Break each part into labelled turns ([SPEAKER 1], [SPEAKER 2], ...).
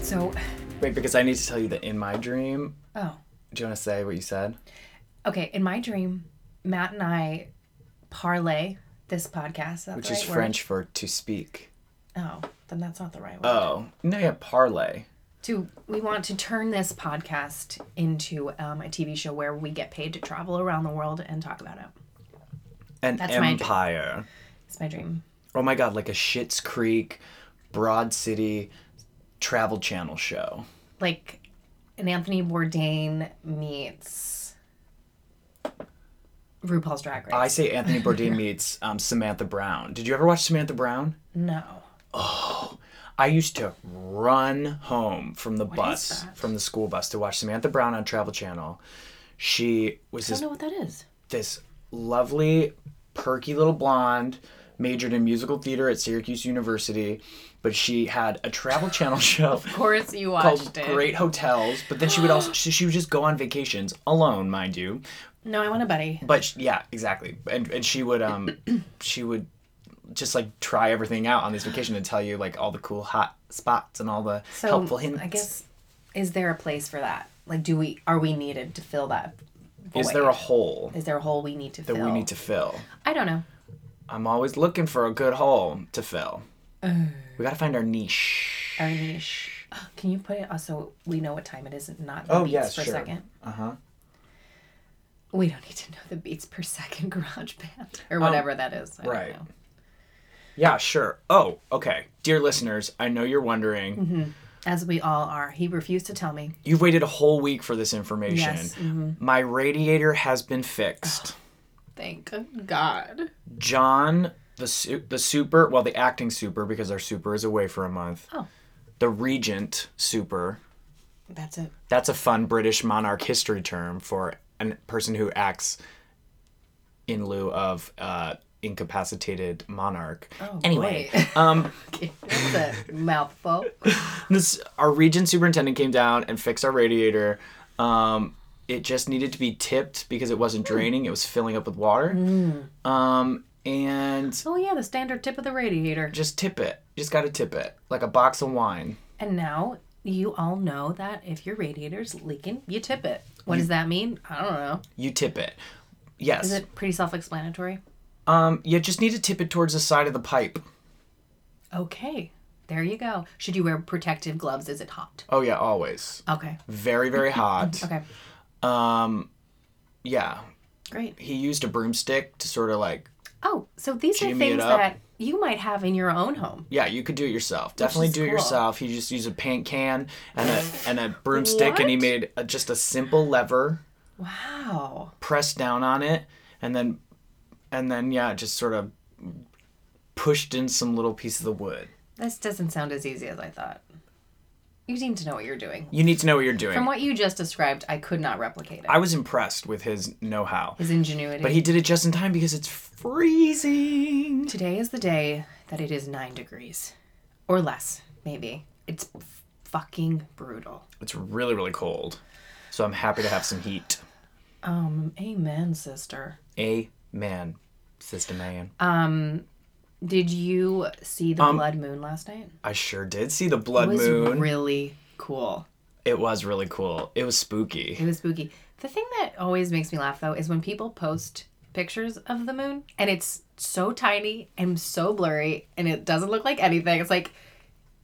[SPEAKER 1] So,
[SPEAKER 2] Wait, because I need to tell you that in my dream,
[SPEAKER 1] oh,
[SPEAKER 2] do you want to say what you said?
[SPEAKER 1] okay. In my dream, Matt and I parlay this podcast. Is that
[SPEAKER 2] Which
[SPEAKER 1] the
[SPEAKER 2] is
[SPEAKER 1] right word?
[SPEAKER 2] French for to speak.
[SPEAKER 1] Oh, then that's not the right word.
[SPEAKER 2] Oh, no, yeah, parlay.
[SPEAKER 1] to we want to turn this podcast into um, a TV show where we get paid to travel around the world and talk about it.
[SPEAKER 2] An
[SPEAKER 1] That's my dream.
[SPEAKER 2] empire.
[SPEAKER 1] It's my dream.
[SPEAKER 2] Oh my god, like a Schitt's Creek, Broad City travel channel show.
[SPEAKER 1] Like an Anthony Bourdain meets RuPaul's Drag Race.
[SPEAKER 2] I say Anthony Bourdain meets um, Samantha Brown. Did you ever watch Samantha Brown?
[SPEAKER 1] no.
[SPEAKER 2] I used to run home from the bus,
[SPEAKER 1] that?
[SPEAKER 2] from the school bus, to watch Samantha Brown on Travel Channel. She was
[SPEAKER 1] I don't
[SPEAKER 2] this
[SPEAKER 1] know what that is.
[SPEAKER 2] this lovely, perky little blonde, majored in musical theater at Syracuse University, but she had a Travel Channel show
[SPEAKER 1] Of course you
[SPEAKER 2] called
[SPEAKER 1] watched it.
[SPEAKER 2] Great Hotels. But then she would also she, she would just go on vacations alone, mind you.
[SPEAKER 1] No, I want a buddy.
[SPEAKER 2] But sh yeah, exactly. And and she would um she would just like try everything out on this vacation and tell you like all the cool hot spots and all the
[SPEAKER 1] So
[SPEAKER 2] helpful hints.
[SPEAKER 1] I guess is there a place for that? Like do we are we needed to fill that?
[SPEAKER 2] Is
[SPEAKER 1] void?
[SPEAKER 2] there a hole
[SPEAKER 1] is there a hole we need to
[SPEAKER 2] that
[SPEAKER 1] fill?
[SPEAKER 2] we need to fill?
[SPEAKER 1] I don't know.
[SPEAKER 2] I'm always looking for a good hole to fill.
[SPEAKER 1] Oh.
[SPEAKER 2] we gotta find our niche.
[SPEAKER 1] Our niche. Can you put it uh, so we know what time it is and not the
[SPEAKER 2] Oh,
[SPEAKER 1] beats
[SPEAKER 2] yes,
[SPEAKER 1] per
[SPEAKER 2] sure.
[SPEAKER 1] second?
[SPEAKER 2] Uh huh.
[SPEAKER 1] We don't need to know the beats per second garage band or whatever that is. I
[SPEAKER 2] Oh, right.
[SPEAKER 1] Don't know.
[SPEAKER 2] Yeah, sure. Oh, okay. Dear listeners, I know you're wondering.
[SPEAKER 1] Mm-hmm. As we all are. He refused to tell me.
[SPEAKER 2] You've waited a whole week for this information.
[SPEAKER 1] Yes, mm-hmm.
[SPEAKER 2] My radiator has been fixed.
[SPEAKER 1] Thank God.
[SPEAKER 2] John, the su- the super, well, the acting super, because our super is away for a month.
[SPEAKER 1] Oh.
[SPEAKER 2] The regent super.
[SPEAKER 1] That's it.
[SPEAKER 2] That's a fun British monarch history term for a person who acts in lieu of uh, incapacitated monarch.
[SPEAKER 1] Oh,
[SPEAKER 2] anyway,
[SPEAKER 1] boy.
[SPEAKER 2] um,
[SPEAKER 1] Okay, That's a mouthful.
[SPEAKER 2] this our region superintendent came down and fixed our radiator. Um, it just needed to be tipped because it wasn't
[SPEAKER 1] Hmm.
[SPEAKER 2] draining; it was filling up with water. Um, and
[SPEAKER 1] Oh, yeah, the standard tip of the radiator.
[SPEAKER 2] just tip it. You just gotta tip it like a box of wine.
[SPEAKER 1] And now you all know that if your radiator's leaking, you tip it. What does that mean? I don't know.
[SPEAKER 2] You tip it. Yes.
[SPEAKER 1] Is it pretty self explanatory?
[SPEAKER 2] um, you just need to tip it towards the side of the pipe.
[SPEAKER 1] Okay. There you go. Should you wear protective gloves? Is it hot?
[SPEAKER 2] Oh yeah, always.
[SPEAKER 1] Okay.
[SPEAKER 2] Very very hot.
[SPEAKER 1] Okay.
[SPEAKER 2] Yeah.
[SPEAKER 1] Great.
[SPEAKER 2] He used a broomstick to sort of like
[SPEAKER 1] Oh, so these are
[SPEAKER 2] Jimmy it
[SPEAKER 1] things
[SPEAKER 2] up.
[SPEAKER 1] that you might have in your own home.
[SPEAKER 2] Yeah, you could do it yourself. Definitely
[SPEAKER 1] is
[SPEAKER 2] do it
[SPEAKER 1] cool.
[SPEAKER 2] yourself. He just used a paint can and a and a broomstick, and he
[SPEAKER 1] What?
[SPEAKER 2] made a, just a simple lever,
[SPEAKER 1] Wow.
[SPEAKER 2] pressed down on it, and then and then yeah, just sort of pushed in some little piece of the wood.
[SPEAKER 1] This doesn't sound as easy as I thought. You seem to know what you're doing.
[SPEAKER 2] You need to know what you're doing.
[SPEAKER 1] From what you just described, I could not replicate it.
[SPEAKER 2] I was impressed with his know-how,
[SPEAKER 1] His ingenuity.
[SPEAKER 2] but he did it just in time because it's freezing.
[SPEAKER 1] Today is the day that it is nine degrees or less, maybe. It's f- fucking brutal.
[SPEAKER 2] It's really really cold, so I'm happy to have some heat.
[SPEAKER 1] Um, amen, sister.
[SPEAKER 2] Amen, sister man.
[SPEAKER 1] Uh, Did you see the blood moon last night?
[SPEAKER 2] I sure did see Um, the blood
[SPEAKER 1] It was
[SPEAKER 2] moon.
[SPEAKER 1] really cool.
[SPEAKER 2] It was really cool. It was spooky.
[SPEAKER 1] It was spooky. The thing that always makes me laugh though is when people post pictures of the moon and it's so tiny and so blurry and it doesn't look like anything. It's like,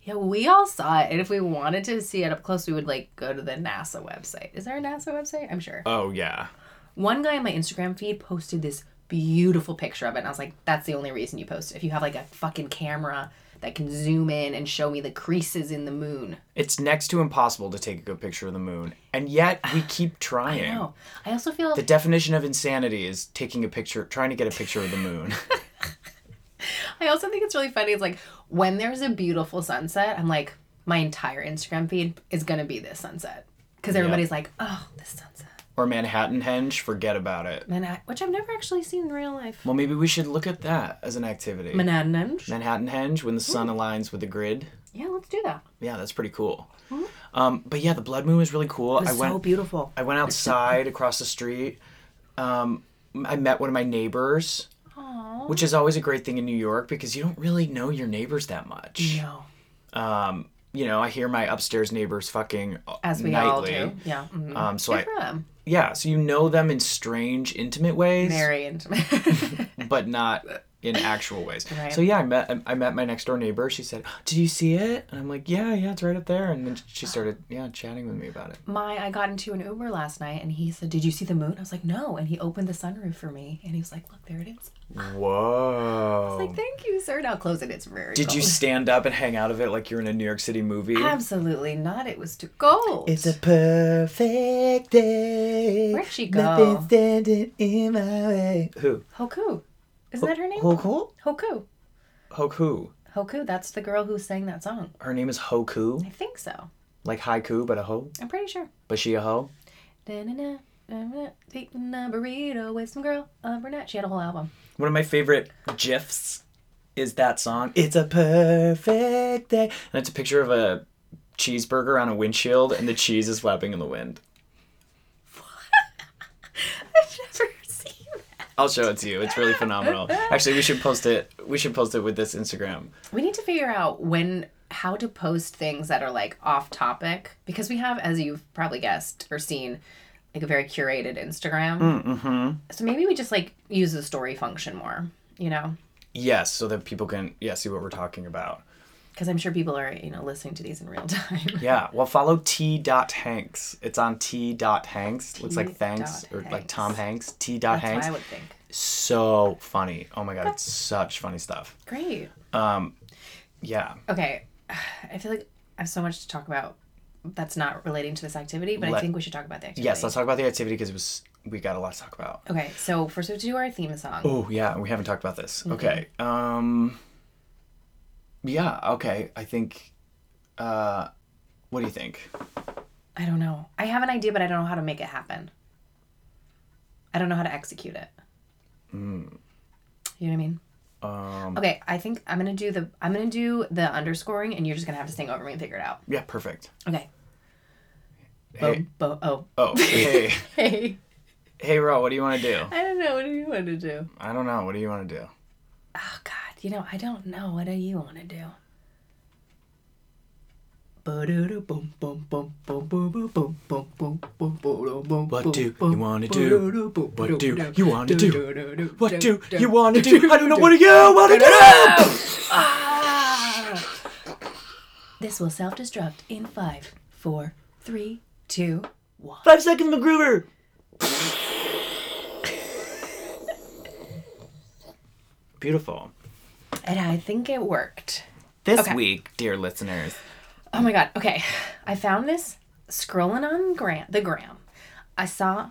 [SPEAKER 1] yeah, we all saw it. And if we wanted to see it up close, we would like go to the NASA website. Is there a NASA website? I'm sure.
[SPEAKER 2] Oh yeah.
[SPEAKER 1] One guy on my Instagram feed posted this beautiful picture of it. And I was like, that's the only reason you post it. If you have like a fucking camera that can zoom in and show me the creases in the moon.
[SPEAKER 2] It's next to impossible to take a good picture of the moon, and yet we keep trying.
[SPEAKER 1] No. Oh, I also feel
[SPEAKER 2] The definition of insanity is taking a picture, trying to get a picture of the moon.
[SPEAKER 1] I also think it's really funny. It's like when there's a beautiful sunset, I'm like, my entire Instagram feed is gonna be this sunset because everybody's like, oh, this sunset.
[SPEAKER 2] or Manhattan Henge, forget about it.
[SPEAKER 1] Manhattan, which I've never actually seen in real life.
[SPEAKER 2] Well, maybe we should look at that as an activity.
[SPEAKER 1] Manhattan.
[SPEAKER 2] Manhattan Henge, when the sun aligns with the grid.
[SPEAKER 1] Yeah, let's do that.
[SPEAKER 2] Yeah, that's pretty cool. Um, but yeah, the blood moon was really cool. I
[SPEAKER 1] It's
[SPEAKER 2] went.
[SPEAKER 1] so beautiful.
[SPEAKER 2] I went outside across the street. Um, I met one of my neighbors,
[SPEAKER 1] Aww.
[SPEAKER 2] which is always a great thing in New York because you don't really know your neighbors that much.
[SPEAKER 1] No.
[SPEAKER 2] you know, I hear my upstairs neighbors fucking uh,
[SPEAKER 1] as we all
[SPEAKER 2] nightly.
[SPEAKER 1] do. Yeah. mhm.
[SPEAKER 2] Um, so
[SPEAKER 1] Good
[SPEAKER 2] I,
[SPEAKER 1] for them.
[SPEAKER 2] yeah, so you know them in strange, intimate ways,
[SPEAKER 1] Very intimate.
[SPEAKER 2] but not in actual ways.
[SPEAKER 1] Right.
[SPEAKER 2] So yeah, I met I- I met my next door neighbor. She said, "Did you see it?" And I'm like, "Yeah, yeah, it's right up there." And then she started yeah chatting with me about it.
[SPEAKER 1] My, I got into an Uber last night, and he said, "Did you see the moon?" I was like, "No," and he opened the sunroof for me, and he was like, "Look, there it is."
[SPEAKER 2] Whoa.
[SPEAKER 1] Like, thank you, sir. Now close it. It's very.
[SPEAKER 2] Oh. Did you
[SPEAKER 1] cold."
[SPEAKER 2] stand up and hang out of it like you're in a New York City movie?
[SPEAKER 1] Absolutely not. It was too cold.
[SPEAKER 2] It's a perfect day.
[SPEAKER 1] Where'd she go?
[SPEAKER 2] Nothing standing in my way. Who?
[SPEAKER 1] Hoku. Isn't that her name?
[SPEAKER 2] Hoku?
[SPEAKER 1] Hoku.
[SPEAKER 2] Hoku.
[SPEAKER 1] Hoku. That's the girl who sang that song.
[SPEAKER 2] Her name is Hoku,
[SPEAKER 1] I think so.
[SPEAKER 2] like haiku, but a hoe.
[SPEAKER 1] I'm pretty sure.
[SPEAKER 2] But she a hoe.
[SPEAKER 1] Da-na-na, da-na-na, Eating a burrito with some girl, a brunette. She had a whole album.
[SPEAKER 2] One of my favorite gifs is that song. It's a perfect day, and it's a picture of a cheeseburger on a windshield, and the cheese is flapping in the wind.
[SPEAKER 1] I've never seen that.
[SPEAKER 2] I'll show it to you. It's really phenomenal. Actually, we should post it. We should post it with this Instagram.
[SPEAKER 1] We need to figure out when how to post things that are like off topic because we have, as you've probably guessed or seen, like a very curated Instagram.
[SPEAKER 2] Mm, mm-hmm.
[SPEAKER 1] So maybe we just like use the story function more, you know?
[SPEAKER 2] Yes, so that people can yeah see what we're talking about.
[SPEAKER 1] Because I'm sure people are, you know, listening to these in real time.
[SPEAKER 2] Yeah, well, follow T. Dot Hanks. It's on T. Dot Hanks. Looks like thanks
[SPEAKER 1] dot
[SPEAKER 2] or like
[SPEAKER 1] Hanks.
[SPEAKER 2] Tom Hanks. T. Dot
[SPEAKER 1] That's what
[SPEAKER 2] Hanks.
[SPEAKER 1] I would think.
[SPEAKER 2] So funny. Oh my god, it's such funny stuff.
[SPEAKER 1] Great.
[SPEAKER 2] Yeah.
[SPEAKER 1] Okay. I feel like I have so much to talk about that's not relating to this activity, but I
[SPEAKER 2] Let-
[SPEAKER 1] think we should talk about the activity.
[SPEAKER 2] Yes, let's talk about the activity because it was we got a lot to talk about.
[SPEAKER 1] Okay, so first we have to do our theme song.
[SPEAKER 2] Oh yeah, we haven't talked about this. Okay. Um. Yeah. Okay. I think. Uh, what do you think?
[SPEAKER 1] I don't know. I have an idea, but I don't know how to make it happen. I don't know how to execute it. You know what I mean?
[SPEAKER 2] Um.
[SPEAKER 1] Okay, I think I'm gonna do the I'm gonna do the underscoring, and you're just gonna have to sing over me and figure it out.
[SPEAKER 2] Yeah. Perfect.
[SPEAKER 1] Okay.
[SPEAKER 2] Hey.
[SPEAKER 1] Bo, bo, oh.
[SPEAKER 2] Oh. Hey.
[SPEAKER 1] Hey.
[SPEAKER 2] hey, Ro. What do you want to do?
[SPEAKER 1] I don't know. What do you want to do?
[SPEAKER 2] I don't know. What do you want to do?
[SPEAKER 1] Oh God, you know I don't know. What do you want to do?
[SPEAKER 2] What
[SPEAKER 1] What
[SPEAKER 2] do you want to do? What do you want to do?
[SPEAKER 1] do?
[SPEAKER 2] What do you want to do? I don't know what you want to do.
[SPEAKER 1] This will self destruct in five, four, three, two, one.
[SPEAKER 2] Five seconds, McGruber. Beautiful.
[SPEAKER 1] And I think it worked.
[SPEAKER 2] This
[SPEAKER 1] Okay.
[SPEAKER 2] week, dear listeners,
[SPEAKER 1] Oh my god. Okay. I found this scrolling on gram the gram. I saw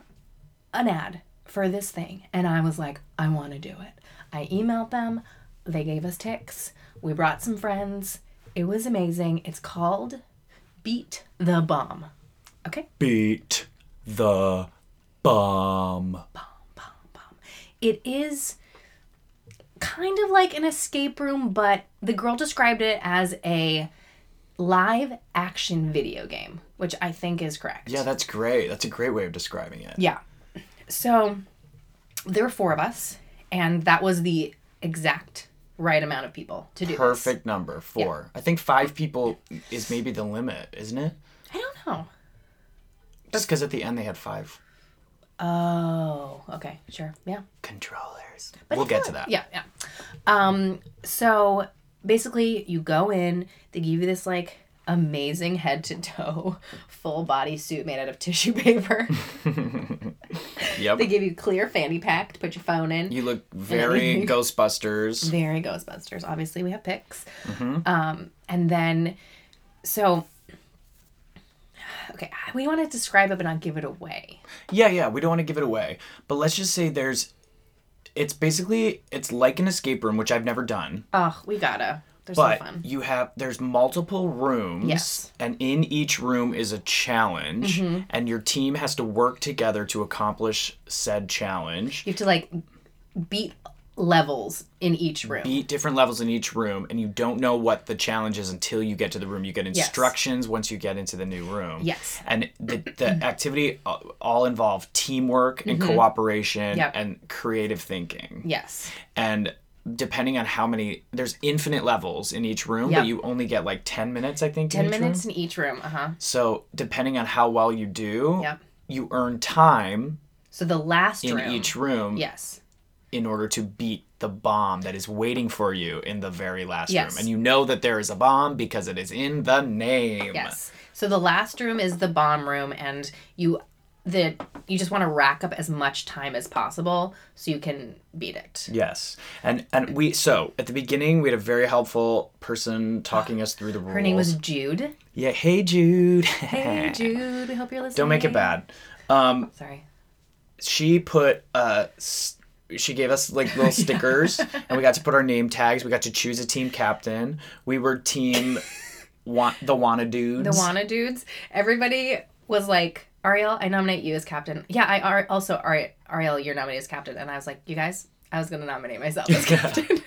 [SPEAKER 1] an ad for this thing and I was like, I want to do it. I emailed them. They gave us ticks. We brought some friends. It was amazing. It's called Beat the Bomb. Okay?
[SPEAKER 2] beat the bomb.
[SPEAKER 1] It is kind of like an escape room, but the girl described it as a live action video game, which I think is correct.
[SPEAKER 2] Yeah, that's great. That's a great way of describing it.
[SPEAKER 1] Yeah. So there were four of us, and that was the exact right amount of people to do this.
[SPEAKER 2] Perfect number four. I think five people is maybe the limit, isn't it?
[SPEAKER 1] I don't know.
[SPEAKER 2] Just because at the end they had five
[SPEAKER 1] Oh, okay, sure, yeah.
[SPEAKER 2] controllers. we'll get to that.
[SPEAKER 1] Yeah, yeah. Um, so basically, you go in, they give you this like amazing head to toe full body suit made out of tissue paper.
[SPEAKER 2] Yep.
[SPEAKER 1] they give you clear fanny pack to put your phone in.
[SPEAKER 2] You look very Ghostbusters.
[SPEAKER 1] Very Ghostbusters. Obviously, we have pics.
[SPEAKER 2] Mm-hmm.
[SPEAKER 1] Um, and then, so, okay, I- we want to describe it but not give it away.
[SPEAKER 2] Yeah, yeah, we don't want to give it away. But let's just say there's it's basically it's like an escape room, which I've never done.
[SPEAKER 1] Oh, we gotta. They're
[SPEAKER 2] But
[SPEAKER 1] so fun.
[SPEAKER 2] you have there's multiple rooms
[SPEAKER 1] Yes. Mm-hmm.
[SPEAKER 2] and in each room is a challenge and your team has to work together to accomplish said challenge.
[SPEAKER 1] You have to like beat levels in each room.
[SPEAKER 2] Eat different levels in each room and you don't know what the challenge is until you get to the room. You get instructions once you get into the new room.
[SPEAKER 1] Yes.
[SPEAKER 2] And the, the activity uh, all involve teamwork and cooperation
[SPEAKER 1] Mm-hmm. Yep.
[SPEAKER 2] and creative thinking.
[SPEAKER 1] yes.
[SPEAKER 2] and depending on how many there's infinite levels in each room,
[SPEAKER 1] Yep.
[SPEAKER 2] but you only get like 10 minutes I think
[SPEAKER 1] 10
[SPEAKER 2] in each
[SPEAKER 1] minutes
[SPEAKER 2] room.
[SPEAKER 1] in each room. Uh huh.
[SPEAKER 2] So, depending on how well you do,
[SPEAKER 1] Yep.
[SPEAKER 2] you earn time
[SPEAKER 1] So the last
[SPEAKER 2] in
[SPEAKER 1] room.
[SPEAKER 2] each room
[SPEAKER 1] Yes.
[SPEAKER 2] in order to beat the bomb that is waiting for you in the very last
[SPEAKER 1] Yes.
[SPEAKER 2] room. And you know that there is a bomb because it is in the name.
[SPEAKER 1] Yes. So the last room is the bomb room, and you the you just want to rack up as much time as possible so you can beat it.
[SPEAKER 2] Yes. And and we so at the beginning we had a very helpful person talking us through the rules.
[SPEAKER 1] Her name was Jude.
[SPEAKER 2] Yeah, hey Jude.
[SPEAKER 1] Hey Jude, we hope you're listening.
[SPEAKER 2] Don't make it bad. Um
[SPEAKER 1] Sorry.
[SPEAKER 2] she put uh s- she gave us like little stickers and we got to put our name tags we got to choose a team captain we were team want the wanna dudes
[SPEAKER 1] The Wana dudes. Everybody was like, Ariel, I nominate you as captain. Yeah, I are also Ari- Ariel, you're nominated as captain. And I was like, you guys, I was gonna nominate myself as captain.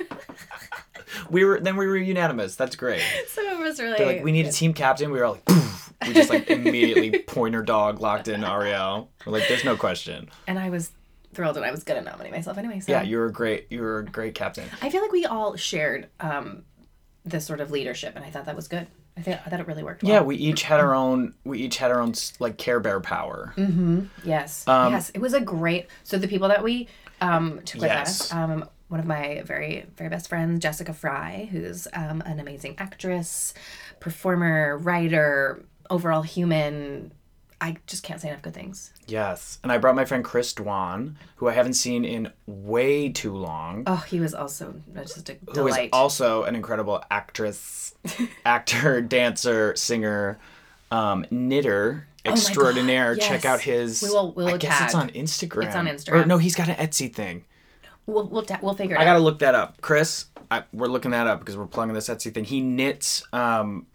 [SPEAKER 2] we were then we were unanimous that's great
[SPEAKER 1] so it was really
[SPEAKER 2] They're like we need a team captain we were all like Poof. we just like immediately pointer dog locked in ariel we're like there's no question
[SPEAKER 1] and I was thrilled, and I was gonna nominate myself anyway. So
[SPEAKER 2] yeah you were a great you were a great captain
[SPEAKER 1] I feel like we all shared um, this sort of leadership, and I thought that was good. I think I thought it really worked.
[SPEAKER 2] yeah we each had our own we each had our own like care bear power
[SPEAKER 1] Well. Yes.
[SPEAKER 2] Um,
[SPEAKER 1] yes. It was a great. So the people that we um, took with
[SPEAKER 2] Yes.
[SPEAKER 1] us. Um, one of my very very best friends, Jessica Fry, who's um, an amazing actress, performer, writer, overall human. I just can't say enough good things.
[SPEAKER 2] yes and i brought my friend chris dwan who i haven't seen in way too long
[SPEAKER 1] Oh, he was also just a
[SPEAKER 2] who is
[SPEAKER 1] delight.
[SPEAKER 2] also an incredible actress, actor, dancer, singer, um, knitter extraordinaire.
[SPEAKER 1] Oh God,
[SPEAKER 2] Check
[SPEAKER 1] yes.
[SPEAKER 2] out his.
[SPEAKER 1] We will- we will
[SPEAKER 2] I guess it's on
[SPEAKER 1] tag.
[SPEAKER 2] Instagram.
[SPEAKER 1] It's on
[SPEAKER 2] Or
[SPEAKER 1] Instagram.
[SPEAKER 2] no, he's got an Etsy thing.
[SPEAKER 1] we'll we'll, ta- we'll figure it
[SPEAKER 2] I
[SPEAKER 1] out.
[SPEAKER 2] gotta look that up, Chris. I, we're looking that up because we're plugging this Etsy thing. He knits um,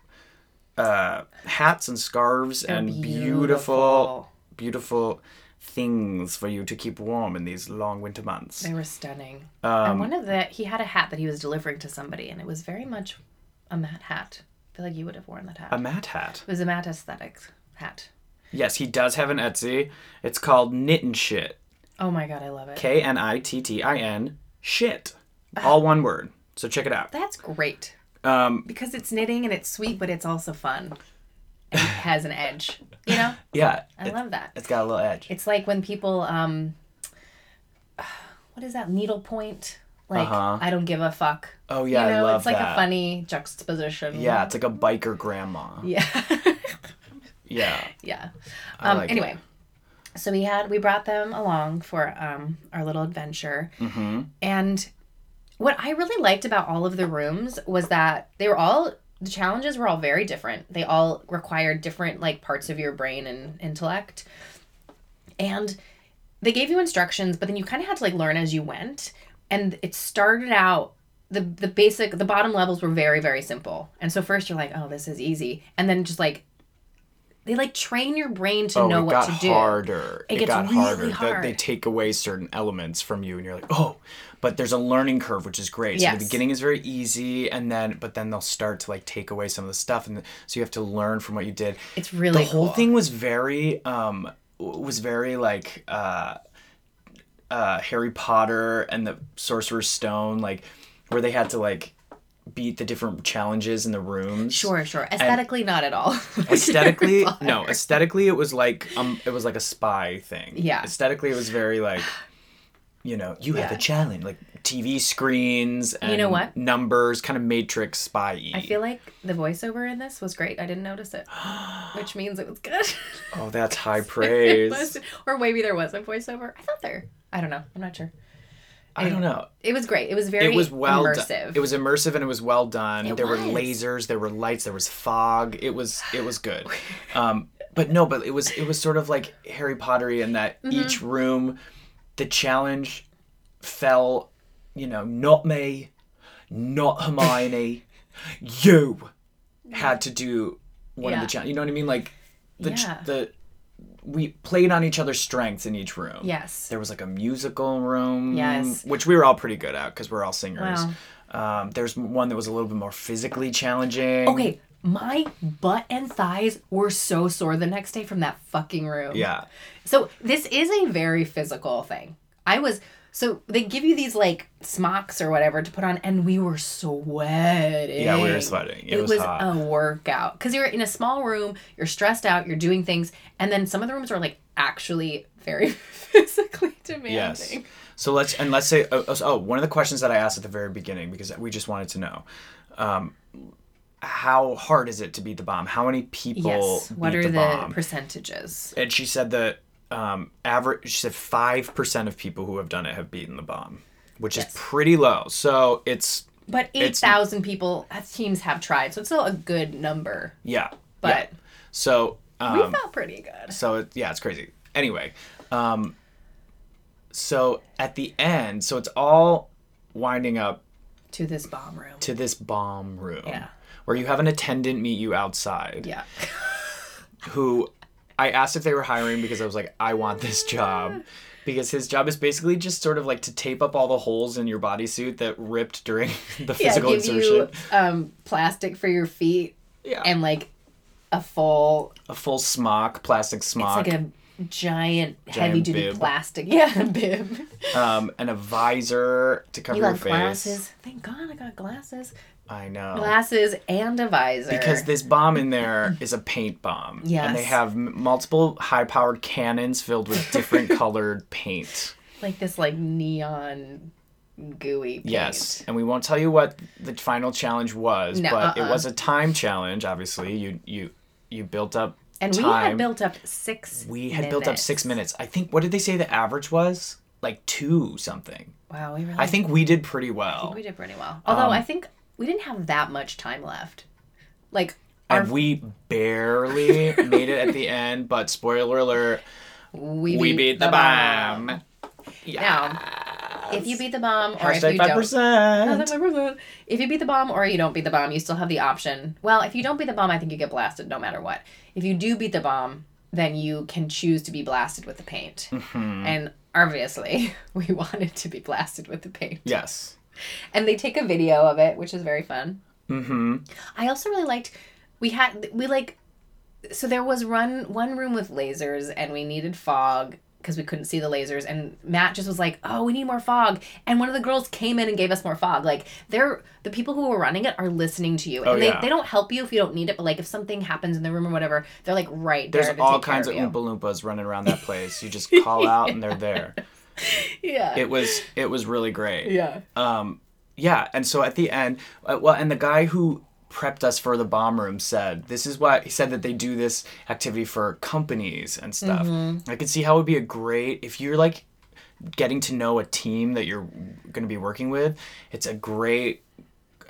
[SPEAKER 2] uh, hats and scarves and beautiful,
[SPEAKER 1] beautiful.
[SPEAKER 2] beautiful things for you to keep warm in these long winter months.
[SPEAKER 1] They were stunning.
[SPEAKER 2] Um,
[SPEAKER 1] and one of the he had a hat that he was delivering to somebody, and it was very much a matte hat. I feel like you would have worn that hat.
[SPEAKER 2] A mat hat.
[SPEAKER 1] it was a matte aesthetic hat.
[SPEAKER 2] Yes, he does have an Etsy. It's called Knittin' Shit.
[SPEAKER 1] Oh my god, I love it.
[SPEAKER 2] K N I T T I N shit. All one word. So check it out.
[SPEAKER 1] Ah. That's great
[SPEAKER 2] Um,
[SPEAKER 1] because it's knitting and it's sweet, but it's also fun. And it has an edge, you know.
[SPEAKER 2] yeah,
[SPEAKER 1] I love that.
[SPEAKER 2] it's got a little edge.
[SPEAKER 1] It's like when people, um, what is that needlepoint? Like
[SPEAKER 2] Uh-huh.
[SPEAKER 1] I don't give a fuck.
[SPEAKER 2] Oh, yeah,
[SPEAKER 1] you
[SPEAKER 2] I
[SPEAKER 1] know,
[SPEAKER 2] love
[SPEAKER 1] it's like
[SPEAKER 2] that.
[SPEAKER 1] a funny juxtaposition.
[SPEAKER 2] yeah, it's like a biker grandma.
[SPEAKER 1] Yeah.
[SPEAKER 2] Yeah.
[SPEAKER 1] Yeah. Um,
[SPEAKER 2] like
[SPEAKER 1] anyway, so we had we brought them along for um, our little adventure, and what I really liked about all of the rooms was that they were all the challenges were all very different. They all required different like parts of your brain and intellect, and they gave you instructions, but then you kind of had to like learn as you went. And it started out the the basic the bottom levels were very very simple. And so first you're like, oh, this is easy, and then just like they like train your brain to
[SPEAKER 2] Oh,
[SPEAKER 1] know
[SPEAKER 2] it
[SPEAKER 1] what
[SPEAKER 2] got
[SPEAKER 1] to do.
[SPEAKER 2] harder.
[SPEAKER 1] It gets
[SPEAKER 2] got
[SPEAKER 1] really
[SPEAKER 2] harder. That
[SPEAKER 1] hard.
[SPEAKER 2] they take away certain elements from you, and you're like, oh, but there's a learning curve, which is great. So
[SPEAKER 1] Yes.
[SPEAKER 2] the beginning is very easy, and then but then they'll start to like take away some of the stuff, and so you have to learn from what you did.
[SPEAKER 1] It's really
[SPEAKER 2] the whole
[SPEAKER 1] cool.
[SPEAKER 2] thing was very um w- was very like uh uh harry potter and the sorcerer's stone like where they had to like beat the different challenges in the rooms
[SPEAKER 1] Sure, sure. Aesthetically, not at all.
[SPEAKER 2] aesthetically no aesthetically it was like um it was like a spy thing
[SPEAKER 1] Yeah.
[SPEAKER 2] aesthetically it was very like you know you have a
[SPEAKER 1] Yeah.
[SPEAKER 2] challenge like tv screens and
[SPEAKER 1] know what?
[SPEAKER 2] numbers kind of matrix spy
[SPEAKER 1] I feel like the voiceover in this was great. I didn't notice it, which means it was good.
[SPEAKER 2] oh that's high
[SPEAKER 1] It
[SPEAKER 2] praise
[SPEAKER 1] was- or maybe there was a voiceover. I thought there. I don't know. I'm not sure.
[SPEAKER 2] i don't know
[SPEAKER 1] It was great. It was very
[SPEAKER 2] it was well
[SPEAKER 1] immersive.
[SPEAKER 2] done. It was immersive and it was well done.
[SPEAKER 1] It
[SPEAKER 2] there were
[SPEAKER 1] was.
[SPEAKER 2] lasers, there were lights, there was fog. It was it was good. um, but no, but it was it was sort of like Harry Pottery in that
[SPEAKER 1] Mm-hmm.
[SPEAKER 2] each room, the challenge fell, you know, not me, not Hermione, you had to do one of
[SPEAKER 1] Yeah.
[SPEAKER 2] the challenges. You know what I mean? Like the ch-
[SPEAKER 1] Yeah.
[SPEAKER 2] the we played on each other's strengths in each room.
[SPEAKER 1] Yes.
[SPEAKER 2] There was like a musical room,
[SPEAKER 1] Yes.
[SPEAKER 2] which we were all pretty good at because we're all singers.
[SPEAKER 1] Wow.
[SPEAKER 2] Um, there's one that was a little bit more physically challenging.
[SPEAKER 1] Okay, my butt and thighs were so sore the next day from that fucking room.
[SPEAKER 2] Yeah.
[SPEAKER 1] So this is a very physical thing. I was So they give you these like smocks or whatever to put on, and we were sweating.
[SPEAKER 2] Yeah, we were sweating. It was hot.
[SPEAKER 1] a workout because you're in a small room, you're stressed out, you're doing things, and then some of the rooms are like actually very physically demanding.
[SPEAKER 2] Yes. So let's and let's say oh, oh, oh, one of the questions that I asked at the very beginning because we just wanted to know, um, how hard is it to beat the bomb? How many people
[SPEAKER 1] Yes. What
[SPEAKER 2] beat
[SPEAKER 1] are the,
[SPEAKER 2] the, bomb?
[SPEAKER 1] percentages?
[SPEAKER 2] and she said that um, average. She said five percent of people who have done it have beaten the bomb, which
[SPEAKER 1] Yes.
[SPEAKER 2] is pretty low. So it's
[SPEAKER 1] But eight
[SPEAKER 2] It's-
[SPEAKER 1] thousand people uh, teams have tried, so it's still a good number.
[SPEAKER 2] yeah,
[SPEAKER 1] But
[SPEAKER 2] yeah. so
[SPEAKER 1] we
[SPEAKER 2] um,
[SPEAKER 1] felt pretty good.
[SPEAKER 2] So it, yeah, it's crazy. Anyway, um, so at the end, so it's all winding up
[SPEAKER 1] To this bomb room.
[SPEAKER 2] to this bomb room.
[SPEAKER 1] Yeah.
[SPEAKER 2] Where you have an attendant meet you outside
[SPEAKER 1] yeah.
[SPEAKER 2] who I asked if they were hiring because I was like, I want this job. Because his job is basically just sort of like to tape up all the holes in your bodysuit that ripped during the physical
[SPEAKER 1] yeah, give
[SPEAKER 2] insertion.
[SPEAKER 1] you um, plastic for your feet
[SPEAKER 2] yeah.
[SPEAKER 1] and like a full,
[SPEAKER 2] a full smock, plastic smock,
[SPEAKER 1] it's like a giant, heavy
[SPEAKER 2] Giant
[SPEAKER 1] duty
[SPEAKER 2] bib.
[SPEAKER 1] plastic. Yeah, bib.
[SPEAKER 2] um, and a visor to cover
[SPEAKER 1] You
[SPEAKER 2] your
[SPEAKER 1] got
[SPEAKER 2] face.
[SPEAKER 1] glasses. Thank God I got glasses.
[SPEAKER 2] I know.
[SPEAKER 1] Glasses and a visor.
[SPEAKER 2] because this bomb in there is a paint bomb. And they
[SPEAKER 1] Yes.
[SPEAKER 2] have m- multiple high-powered cannons filled with different colored paint.
[SPEAKER 1] like this like neon gooey paint.
[SPEAKER 2] Yes. And we won't tell you what the final challenge was,
[SPEAKER 1] No,
[SPEAKER 2] but
[SPEAKER 1] uh-uh.
[SPEAKER 2] it was a time challenge, obviously. You you you built up
[SPEAKER 1] And
[SPEAKER 2] time.
[SPEAKER 1] we had built up six
[SPEAKER 2] We had built up
[SPEAKER 1] minutes.
[SPEAKER 2] 6 minutes. I think what did they say the average was? Like 2 something.
[SPEAKER 1] Wow, we really
[SPEAKER 2] I Um, think we did pretty
[SPEAKER 1] I
[SPEAKER 2] well.
[SPEAKER 1] think Mm. we did pretty well. Although I think we didn't have that much time left. Like our,
[SPEAKER 2] and we barely made it at the end, but spoiler alert,
[SPEAKER 1] we,
[SPEAKER 2] we beat the bomb. Yeah.
[SPEAKER 1] Now, if you beat the bomb or if
[SPEAKER 2] Hashtag
[SPEAKER 1] you
[SPEAKER 2] five
[SPEAKER 1] don't
[SPEAKER 2] percent.
[SPEAKER 1] If you beat the bomb or you don't beat the bomb, you still have the option. Well, if you don't beat the bomb, I think you get blasted no matter what. If you do beat the bomb, then you can choose to be blasted with the paint.
[SPEAKER 2] Mm-hmm.
[SPEAKER 1] And obviously, we wanted to be blasted with the paint.
[SPEAKER 2] Yes.
[SPEAKER 1] And they take a video of it, which is very fun.
[SPEAKER 2] Mm-hmm.
[SPEAKER 1] I also really liked we had we like so there was one one room with lasers and we needed fog because we couldn't see the lasers and Matt just was like, "Oh, we need more fog." And one of the girls came in and gave us more fog. Like they're the people who are running it are listening to you. And
[SPEAKER 2] Oh,
[SPEAKER 1] they,
[SPEAKER 2] yeah.
[SPEAKER 1] they don't help you if you don't need it, but like if something happens in the room or whatever, they're like right there
[SPEAKER 2] There's
[SPEAKER 1] to
[SPEAKER 2] all
[SPEAKER 1] take care
[SPEAKER 2] kinds of
[SPEAKER 1] you.
[SPEAKER 2] Oompa Loompas running around that place. You just call out and they're there.
[SPEAKER 1] Yeah.
[SPEAKER 2] It was it was really great.
[SPEAKER 1] yeah.
[SPEAKER 2] Um, yeah, and so at the end, uh, well, and the guy who prepped us for the bomb room said this is why he said that they do this activity for companies and stuff.
[SPEAKER 1] Mm-hmm.
[SPEAKER 2] I could see how it would be a great if you're like getting to know a team that you're going to be working with. It's a great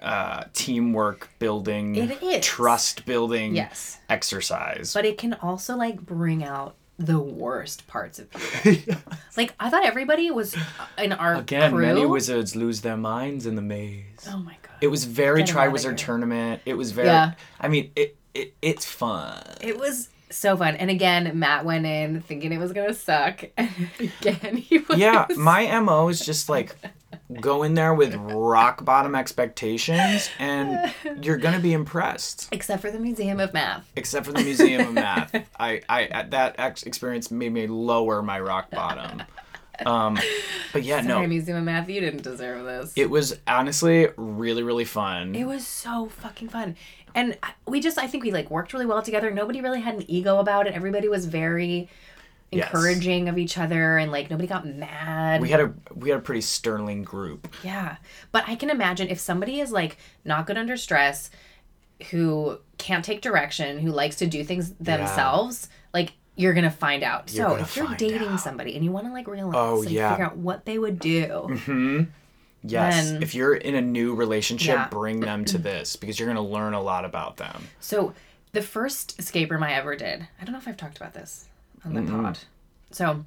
[SPEAKER 2] uh, teamwork building,
[SPEAKER 1] It is.
[SPEAKER 2] trust building
[SPEAKER 1] Yes.
[SPEAKER 2] exercise.
[SPEAKER 1] But it can also like bring out the worst parts of people. Like I thought everybody was in our
[SPEAKER 2] Again,
[SPEAKER 1] crew.
[SPEAKER 2] many wizards lose their minds in the maze.
[SPEAKER 1] Oh my god.
[SPEAKER 2] It was very
[SPEAKER 1] Get 'em outta
[SPEAKER 2] Triwizard
[SPEAKER 1] here.
[SPEAKER 2] tournament. It was very.
[SPEAKER 1] Yeah.
[SPEAKER 2] I mean, it, it it's fun.
[SPEAKER 1] It was so fun. And again, Matt went in thinking it was gonna suck. And again he was
[SPEAKER 2] Yeah, my mo is just like go in there with rock bottom expectations, and you're gonna be impressed.
[SPEAKER 1] except for the Museum of Math.
[SPEAKER 2] Except for the Museum of Math, I I at that ex- experience made me lower my rock bottom. Um, but yeah,
[SPEAKER 1] Sorry,
[SPEAKER 2] no,
[SPEAKER 1] Museum of Math, you didn't deserve this.
[SPEAKER 2] it was honestly really really fun.
[SPEAKER 1] It was so fucking fun. And I- we just I think we like worked really well together. Nobody really had an ego about it. Everybody was very
[SPEAKER 2] Yes.
[SPEAKER 1] encouraging of each other and like nobody got mad.
[SPEAKER 2] we had a we had a pretty sterling group.
[SPEAKER 1] Yeah. But I can imagine if somebody is like not good under stress, who can't take direction, who likes to do things themselves, like you're gonna find out.
[SPEAKER 2] You're
[SPEAKER 1] so
[SPEAKER 2] gonna
[SPEAKER 1] if you're
[SPEAKER 2] find
[SPEAKER 1] dating somebody and you wanna like realize
[SPEAKER 2] Oh,
[SPEAKER 1] like
[SPEAKER 2] yeah.
[SPEAKER 1] figure out what they would do.
[SPEAKER 2] Yes.
[SPEAKER 1] then-
[SPEAKER 2] if you're in a new relationship,
[SPEAKER 1] Yeah.
[SPEAKER 2] bring them to this because you're going to learn a lot about them.
[SPEAKER 1] so the first escape room I ever did, I don't know if I've talked about this on the pod. So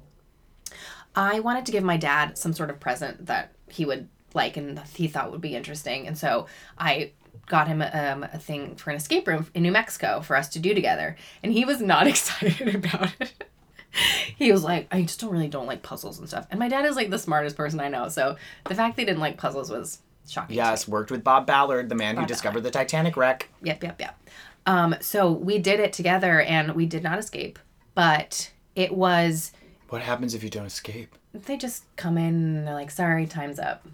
[SPEAKER 1] I wanted to give my dad some sort of present that he would like and that he thought would be interesting. And so I got him um, a thing for an escape room in New Mexico for us to do together. And he was not excited about it. he was like, I just don't really don't like puzzles and stuff. And my dad is like the smartest person I know. So the fact they didn't like puzzles was shocking. to me.
[SPEAKER 2] Yes, worked with Bob Ballard, the man who discovered the Titanic wreck.
[SPEAKER 1] Yep, yep, yep. Um, so we did it together and we did not escape, but it was
[SPEAKER 2] What happens if you don't escape?
[SPEAKER 1] they just come in and they're like, sorry, time's up.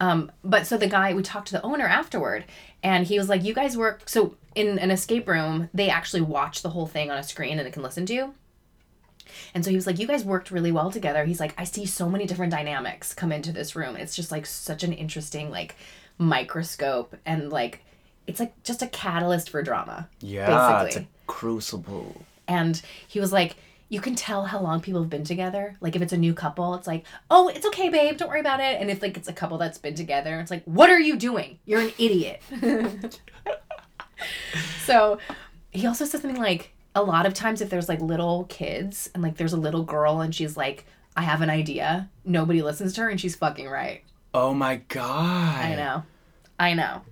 [SPEAKER 1] Um, but so the guy, we talked to the owner afterward, and he was like, you guys work. So in an escape room, they actually watch the whole thing on a screen and it can listen to you. And so he was like, You guys worked really well together. He's like, I see so many different dynamics come into this room. It's just like such an interesting, like, microscope and like, it's like just a catalyst for drama.
[SPEAKER 2] Yeah,
[SPEAKER 1] Basically.
[SPEAKER 2] it's a crucible.
[SPEAKER 1] And he was like, you can tell how long people have been together. Like if it's a new couple, it's like, "Oh, it's okay, babe. Don't worry about it." And if like it's a couple that's been together, it's like, "What are you doing? You're an idiot." so, he also said something like a lot of times if there's like little kids and like there's a little girl and she's like, "I have an idea." Nobody listens to her and she's fucking right.
[SPEAKER 2] Oh my god!
[SPEAKER 1] I know. I know.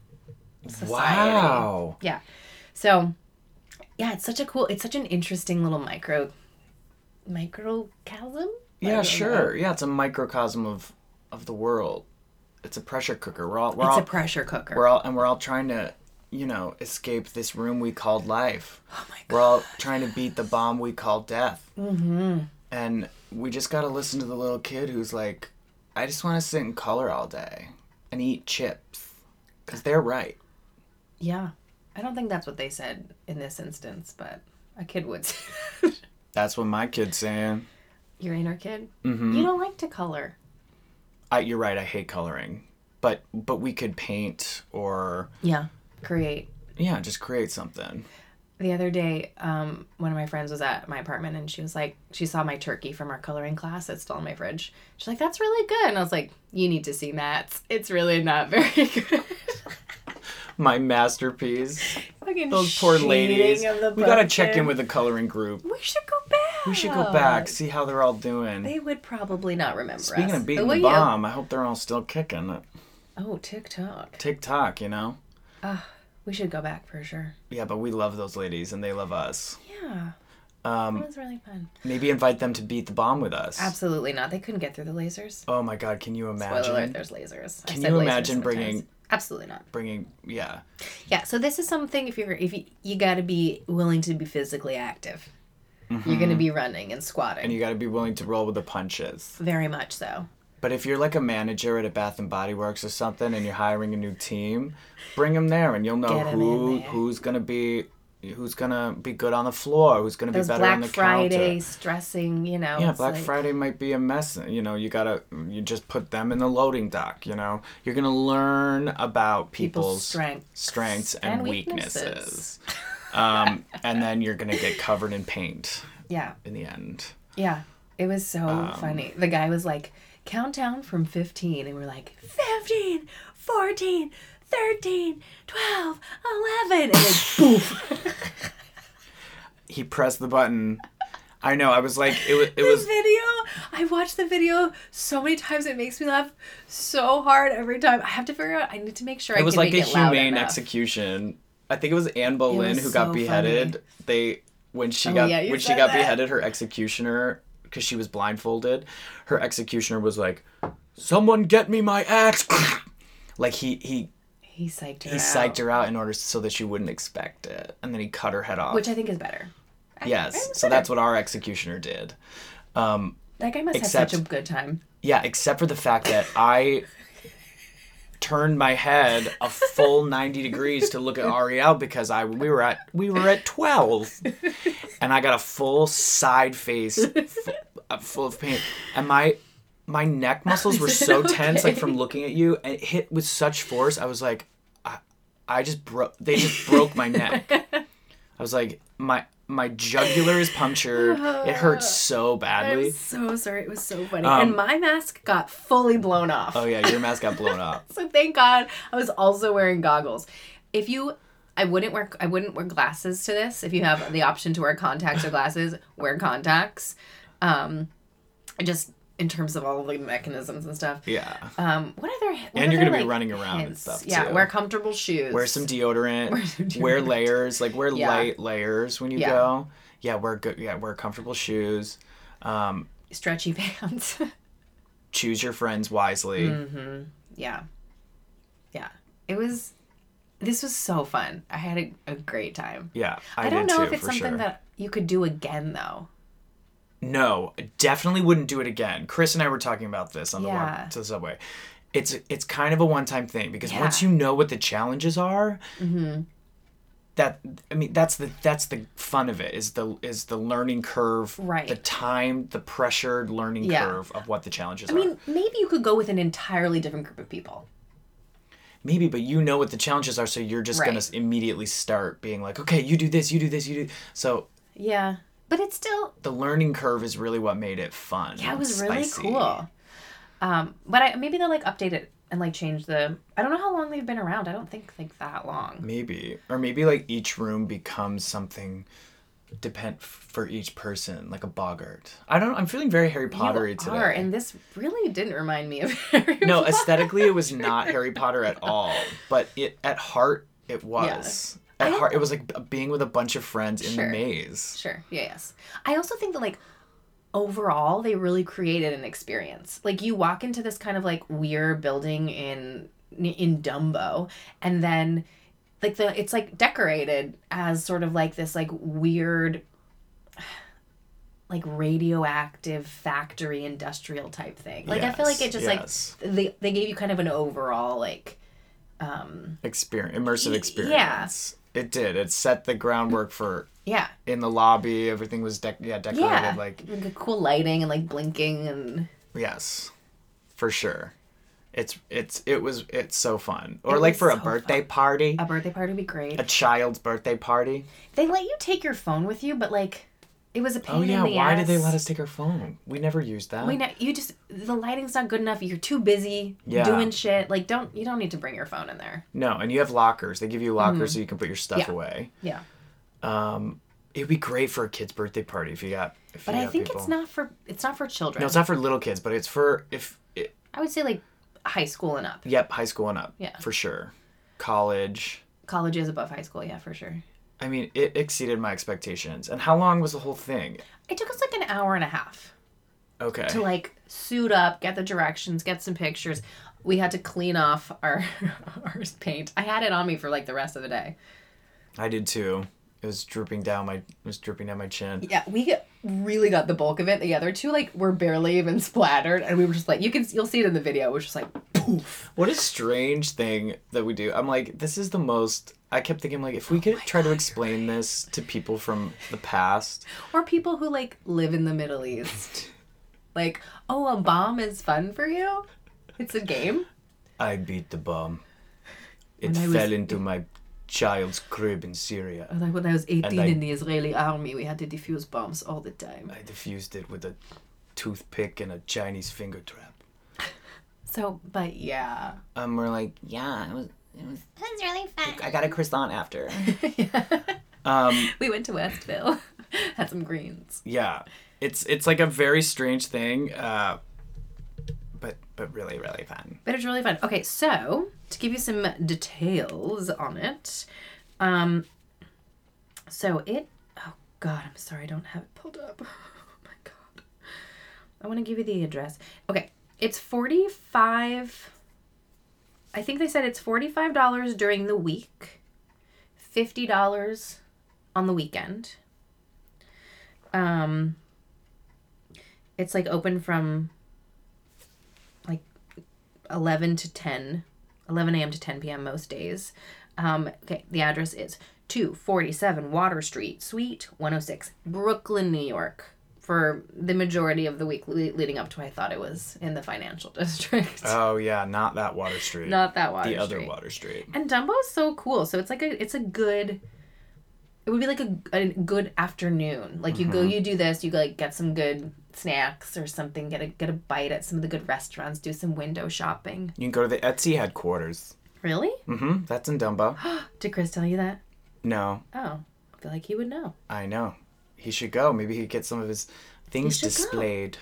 [SPEAKER 1] Society.
[SPEAKER 2] Wow.
[SPEAKER 1] Yeah. So, yeah, it's such a cool, it's such an interesting little micro, microcosm. I
[SPEAKER 2] Yeah,
[SPEAKER 1] don't
[SPEAKER 2] sure. Yeah, it's a microcosm of of the world. It's a pressure cooker. We're all we're
[SPEAKER 1] It's
[SPEAKER 2] all
[SPEAKER 1] a pressure cooker.
[SPEAKER 2] we're all and we're all trying to you know escape this room we called life. Oh my god. We're all trying to beat the bomb we call death. Mm-hmm. And we just gotta listen to the little kid who's like, I just want to sit and color all day and eat chips, cause they're right.
[SPEAKER 1] yeah. I don't think that's what they said in this instance, but a kid would say
[SPEAKER 2] That's what my kid's saying.
[SPEAKER 1] Your inner kid? Mm-hmm. You don't like to color.
[SPEAKER 2] I, you're right. I hate coloring, but but we could paint or
[SPEAKER 1] Yeah. Create.
[SPEAKER 2] yeah, just create something.
[SPEAKER 1] The other day, um, one of my friends was at my apartment and she was like, she saw my turkey from our coloring class. It's still in my fridge. She's like, that's really good. And I was like, you need to see Matt's. It's really not very good.
[SPEAKER 2] My masterpiece.
[SPEAKER 1] Fucking
[SPEAKER 2] Those poor
[SPEAKER 1] shading
[SPEAKER 2] ladies.
[SPEAKER 1] of the
[SPEAKER 2] We gotta check in
[SPEAKER 1] pumpkin.
[SPEAKER 2] with the coloring group.
[SPEAKER 1] We should go back.
[SPEAKER 2] We should go back, see how they're all doing.
[SPEAKER 1] They would probably not remember us.
[SPEAKER 2] Speaking of
[SPEAKER 1] but
[SPEAKER 2] beating
[SPEAKER 1] will
[SPEAKER 2] the
[SPEAKER 1] you?
[SPEAKER 2] bomb, I hope they're all still kicking.
[SPEAKER 1] Oh, TikTok.
[SPEAKER 2] TikTok, you know.
[SPEAKER 1] We should go back for sure.
[SPEAKER 2] Yeah, but we love those ladies and they love us. Um,
[SPEAKER 1] Yeah.
[SPEAKER 2] Mm.
[SPEAKER 1] that was really fun.
[SPEAKER 2] Maybe invite them to beat the bomb with us.
[SPEAKER 1] Absolutely not. They couldn't get through the lasers.
[SPEAKER 2] Oh my God! Can you
[SPEAKER 1] Spoiler alert,
[SPEAKER 2] imagine
[SPEAKER 1] there's lasers.
[SPEAKER 2] Can
[SPEAKER 1] I said
[SPEAKER 2] you
[SPEAKER 1] lasers
[SPEAKER 2] imagine
[SPEAKER 1] so many
[SPEAKER 2] bringing-
[SPEAKER 1] times. Absolutely not.
[SPEAKER 2] bringing? Yeah,
[SPEAKER 1] Yeah, so this is something if you're if you, you got to be willing to be physically active. You're going to be running and squatting.
[SPEAKER 2] Mm-hmm. and you got to be willing to roll with the punches.
[SPEAKER 1] Very much so.
[SPEAKER 2] But if you're like a manager at a Bath and Body Works or something, and you're hiring a new team, bring them there, and you'll know
[SPEAKER 1] Get 'em
[SPEAKER 2] who
[SPEAKER 1] in there.
[SPEAKER 2] who's gonna be who's gonna be good on the floor, who's gonna
[SPEAKER 1] Those
[SPEAKER 2] be better on
[SPEAKER 1] Black
[SPEAKER 2] the
[SPEAKER 1] Friday
[SPEAKER 2] counter.
[SPEAKER 1] stressing, you know.
[SPEAKER 2] Yeah,
[SPEAKER 1] it's
[SPEAKER 2] Black
[SPEAKER 1] like-
[SPEAKER 2] Friday might be a mess. You know, you gotta you just put them in the loading dock. You know, you're gonna learn about
[SPEAKER 1] People's
[SPEAKER 2] people's,
[SPEAKER 1] strengths
[SPEAKER 2] strengths and,
[SPEAKER 1] and
[SPEAKER 2] weaknesses,
[SPEAKER 1] weaknesses.
[SPEAKER 2] um, and then you're gonna get covered in paint
[SPEAKER 1] Yeah.
[SPEAKER 2] in the end.
[SPEAKER 1] Yeah, it was so
[SPEAKER 2] Um,
[SPEAKER 1] funny. The guy was like, countdown from 15, and we're like, 15, 14, 13, 12, 11, and then poof.
[SPEAKER 2] He pressed the button. I know. I was like, it was. It
[SPEAKER 1] the
[SPEAKER 2] was
[SPEAKER 1] video, I watched the video so many times, it makes me laugh so hard every time. I have to figure out, I need to make sure I
[SPEAKER 2] it was
[SPEAKER 1] can
[SPEAKER 2] like a
[SPEAKER 1] make it loud
[SPEAKER 2] humane
[SPEAKER 1] enough.
[SPEAKER 2] execution. I think it was Anne
[SPEAKER 1] It
[SPEAKER 2] Boleyn
[SPEAKER 1] was
[SPEAKER 2] who
[SPEAKER 1] so
[SPEAKER 2] got beheaded.
[SPEAKER 1] funny. Oh,
[SPEAKER 2] They when she got
[SPEAKER 1] yeah, you
[SPEAKER 2] when she
[SPEAKER 1] said
[SPEAKER 2] got
[SPEAKER 1] that.
[SPEAKER 2] beheaded, her executioner because she was blindfolded, her executioner was like, "Someone get me my axe!" like he he
[SPEAKER 1] He psyched her
[SPEAKER 2] he psyched her out in order so that she wouldn't expect it, and then he cut her head off.
[SPEAKER 1] Which I think is better.
[SPEAKER 2] yes, so that's what our executioner did.
[SPEAKER 1] That guy must have
[SPEAKER 2] Except-
[SPEAKER 1] such a good time.
[SPEAKER 2] Yeah, except for the fact that I turned my head a full 90 degrees to look at Ariel because I we were at we were at 12 and I got a full side face f- uh, full of pain and my my neck muscles were so tense like from looking at you and it hit with such force I was like I, I just broke they just broke my neck. I was like my my jugular is punctured. It hurts so badly.
[SPEAKER 1] I'm so sorry. It was so funny. and my mask got fully blown off.
[SPEAKER 2] Um, Oh yeah, your mask got blown up.
[SPEAKER 1] So thank God I was also wearing goggles. If you I wouldn't wear I wouldn't wear glasses to this. If you have the option to wear contacts or glasses, wear contacts. Um I just in terms of all the mechanisms and stuff.
[SPEAKER 2] Yeah.
[SPEAKER 1] Um what other what
[SPEAKER 2] And you're
[SPEAKER 1] other,
[SPEAKER 2] gonna be
[SPEAKER 1] like,
[SPEAKER 2] running around and
[SPEAKER 1] hints?
[SPEAKER 2] stuff,
[SPEAKER 1] Yeah,
[SPEAKER 2] too.
[SPEAKER 1] wear comfortable shoes.
[SPEAKER 2] Wear some deodorant. Wear,
[SPEAKER 1] some deodorant.
[SPEAKER 2] layers. Like wear
[SPEAKER 1] Yeah.
[SPEAKER 2] light layers when you
[SPEAKER 1] Yeah.
[SPEAKER 2] go. Yeah, wear good. Yeah, wear comfortable shoes. Um,
[SPEAKER 1] stretchy pants.
[SPEAKER 2] choose your friends wisely.
[SPEAKER 1] Mm. yeah. Yeah. It was this was so fun. I had a, a great time.
[SPEAKER 2] Yeah, I,
[SPEAKER 1] I, don't
[SPEAKER 2] did
[SPEAKER 1] know
[SPEAKER 2] too,
[SPEAKER 1] if it's
[SPEAKER 2] for
[SPEAKER 1] something
[SPEAKER 2] sure.
[SPEAKER 1] that you could do again though.
[SPEAKER 2] no, I definitely wouldn't do it again. Chris and I were talking about this on the
[SPEAKER 1] Yeah.
[SPEAKER 2] walk to the subway. It's it's kind of a one time thing because
[SPEAKER 1] Yeah. Mm-hmm.
[SPEAKER 2] once you know what the challenges are, that I mean that's the that's the fun of it is the is the learning curve,
[SPEAKER 1] Right.
[SPEAKER 2] The time, the pressured learning
[SPEAKER 1] Yeah.
[SPEAKER 2] curve of what the challenges
[SPEAKER 1] I mean, maybe you could go with an entirely different group of people.
[SPEAKER 2] are. Maybe, but you know what the challenges are, so you're just gonna
[SPEAKER 1] Right.
[SPEAKER 2] s- immediately start being like, okay, you do this, you do this, you do. So
[SPEAKER 1] Yeah. But it's still
[SPEAKER 2] the learning curve is really what made it fun.
[SPEAKER 1] that
[SPEAKER 2] and
[SPEAKER 1] was really
[SPEAKER 2] spicy.
[SPEAKER 1] cool. Um, but I maybe they'll like update it and like change the I don't know how long they've been around. I don't think like that long.
[SPEAKER 2] Maybe, or maybe like each room becomes something depend for each person, like a boggart. I don't. know. I'm feeling very Harry Pottery
[SPEAKER 1] you
[SPEAKER 2] today.
[SPEAKER 1] are, and this really didn't remind me of Harry
[SPEAKER 2] no,
[SPEAKER 1] Potter.
[SPEAKER 2] aesthetically, it was not Harry Potter at all, but it at heart it was. At
[SPEAKER 1] I
[SPEAKER 2] heart, it was like b- being with a bunch of friends in
[SPEAKER 1] Sure.
[SPEAKER 2] the maze.
[SPEAKER 1] Sure. Yeah, yes. I also think that like overall they really created an experience. Like you walk into this kind of like weird building in in Dumbo and then like the it's like decorated as sort of like this like weird like radioactive factory industrial type thing. Like I feel like
[SPEAKER 2] Yes,
[SPEAKER 1] it just
[SPEAKER 2] yes.
[SPEAKER 1] like they they gave you kind of an overall like
[SPEAKER 2] Experience, immersive
[SPEAKER 1] Y-
[SPEAKER 2] experience. It did. It set the groundwork for
[SPEAKER 1] yeah.
[SPEAKER 2] in the lobby. Everything was dec yeah decorated
[SPEAKER 1] Yeah.
[SPEAKER 2] like
[SPEAKER 1] like a cool lighting and like blinking and
[SPEAKER 2] Yes, for sure. It's it's it was it's so fun. Or
[SPEAKER 1] It
[SPEAKER 2] like
[SPEAKER 1] was
[SPEAKER 2] for a
[SPEAKER 1] so
[SPEAKER 2] birthday party,
[SPEAKER 1] a birthday party would be great.
[SPEAKER 2] a child's birthday party.
[SPEAKER 1] They let you take your phone with you, but like, it was a pain
[SPEAKER 2] Oh yeah,
[SPEAKER 1] in the
[SPEAKER 2] why
[SPEAKER 1] ass.
[SPEAKER 2] did they let us take our phone? We never used that.
[SPEAKER 1] We know you just the lighting's not good enough. You're too busy
[SPEAKER 2] Yeah.
[SPEAKER 1] doing shit. Like, don't you don't need to bring your phone in there.
[SPEAKER 2] no, and you have lockers. They give you lockers so you can put your stuff
[SPEAKER 1] Mm-hmm. Yeah.
[SPEAKER 2] away.
[SPEAKER 1] Yeah,
[SPEAKER 2] It'd be great for a kid's birthday party if you got. If
[SPEAKER 1] but
[SPEAKER 2] you
[SPEAKER 1] I
[SPEAKER 2] got
[SPEAKER 1] think
[SPEAKER 2] people.
[SPEAKER 1] it's not for it's not for children.
[SPEAKER 2] No, it's not for little kids, but it's for if. It,
[SPEAKER 1] I would say like high school and up.
[SPEAKER 2] yep, high school and up.
[SPEAKER 1] Yeah.
[SPEAKER 2] For sure, college.
[SPEAKER 1] College is above high school, yeah, for sure.
[SPEAKER 2] I mean, it exceeded my expectations. And how long was the whole thing?
[SPEAKER 1] It took us like an hour and a half
[SPEAKER 2] Okay.
[SPEAKER 1] to like suit up, get the directions, get some pictures. We had to clean off our our paint. I had it on me for like the rest of the day.
[SPEAKER 2] I did too. It was dripping down my it was dripping down my chin.
[SPEAKER 1] Yeah, we get- really got the bulk of it. The other two, like, were barely even splattered, and we were just like, you can you'll see it in the video. It was just like, poof.
[SPEAKER 2] What a strange thing that we do. I'm like, this is the most I kept thinking like
[SPEAKER 1] Oh
[SPEAKER 2] if we could try to explain this to people from the past.
[SPEAKER 1] Or people who like live in the Middle East, like, oh, a bomb is fun for you. It's a game.
[SPEAKER 2] I beat the bomb. It
[SPEAKER 1] When I
[SPEAKER 2] fell
[SPEAKER 1] was-
[SPEAKER 2] into my child's crib in Syria.
[SPEAKER 1] Like when I was eighteen
[SPEAKER 2] I-
[SPEAKER 1] in the Israeli army, we had to defuse bombs all the time.
[SPEAKER 2] I diffused it with a toothpick and a Chinese finger trap.
[SPEAKER 1] So, but yeah,
[SPEAKER 2] Um we're like, yeah, it was it was
[SPEAKER 3] That was really fun.
[SPEAKER 2] I got a croissant after.
[SPEAKER 1] we went to Westville, had some greens.
[SPEAKER 2] yeah. It's it's like a very strange thing, uh but but really, really fun.
[SPEAKER 1] But it's really fun. Okay, so to give you some details on it, um, so it. Oh God, I'm sorry, I don't have it pulled up. Oh my God, I want to give you the address. Okay, it's forty five. I think they said it's forty five dollars during the week, fifty dollars on the weekend. Um, it's like open from 11 to 10 11 a.m to 10 p.m most days um, okay the address is 247 water street suite 106 brooklyn new york for the majority of the week le- leading up to i thought it was in the financial district
[SPEAKER 2] Oh yeah, not that Water Street.
[SPEAKER 1] not that water
[SPEAKER 2] the other
[SPEAKER 1] street
[SPEAKER 2] Water Street.
[SPEAKER 1] and dumbo is so cool so it's like a it's a good it would be like a, a good afternoon like you go you do this you like get some good snacks or something get a get a bite at some of the good restaurants do some window shopping
[SPEAKER 2] You can go to the Etsy headquarters.
[SPEAKER 1] really
[SPEAKER 2] Mm-hmm. That's in Dumbo.
[SPEAKER 1] Did Chris tell you that?
[SPEAKER 2] no,
[SPEAKER 1] Oh, I feel like he would know.
[SPEAKER 2] I know. He should go. Maybe he could get some of his things
[SPEAKER 1] should go.
[SPEAKER 2] displayed.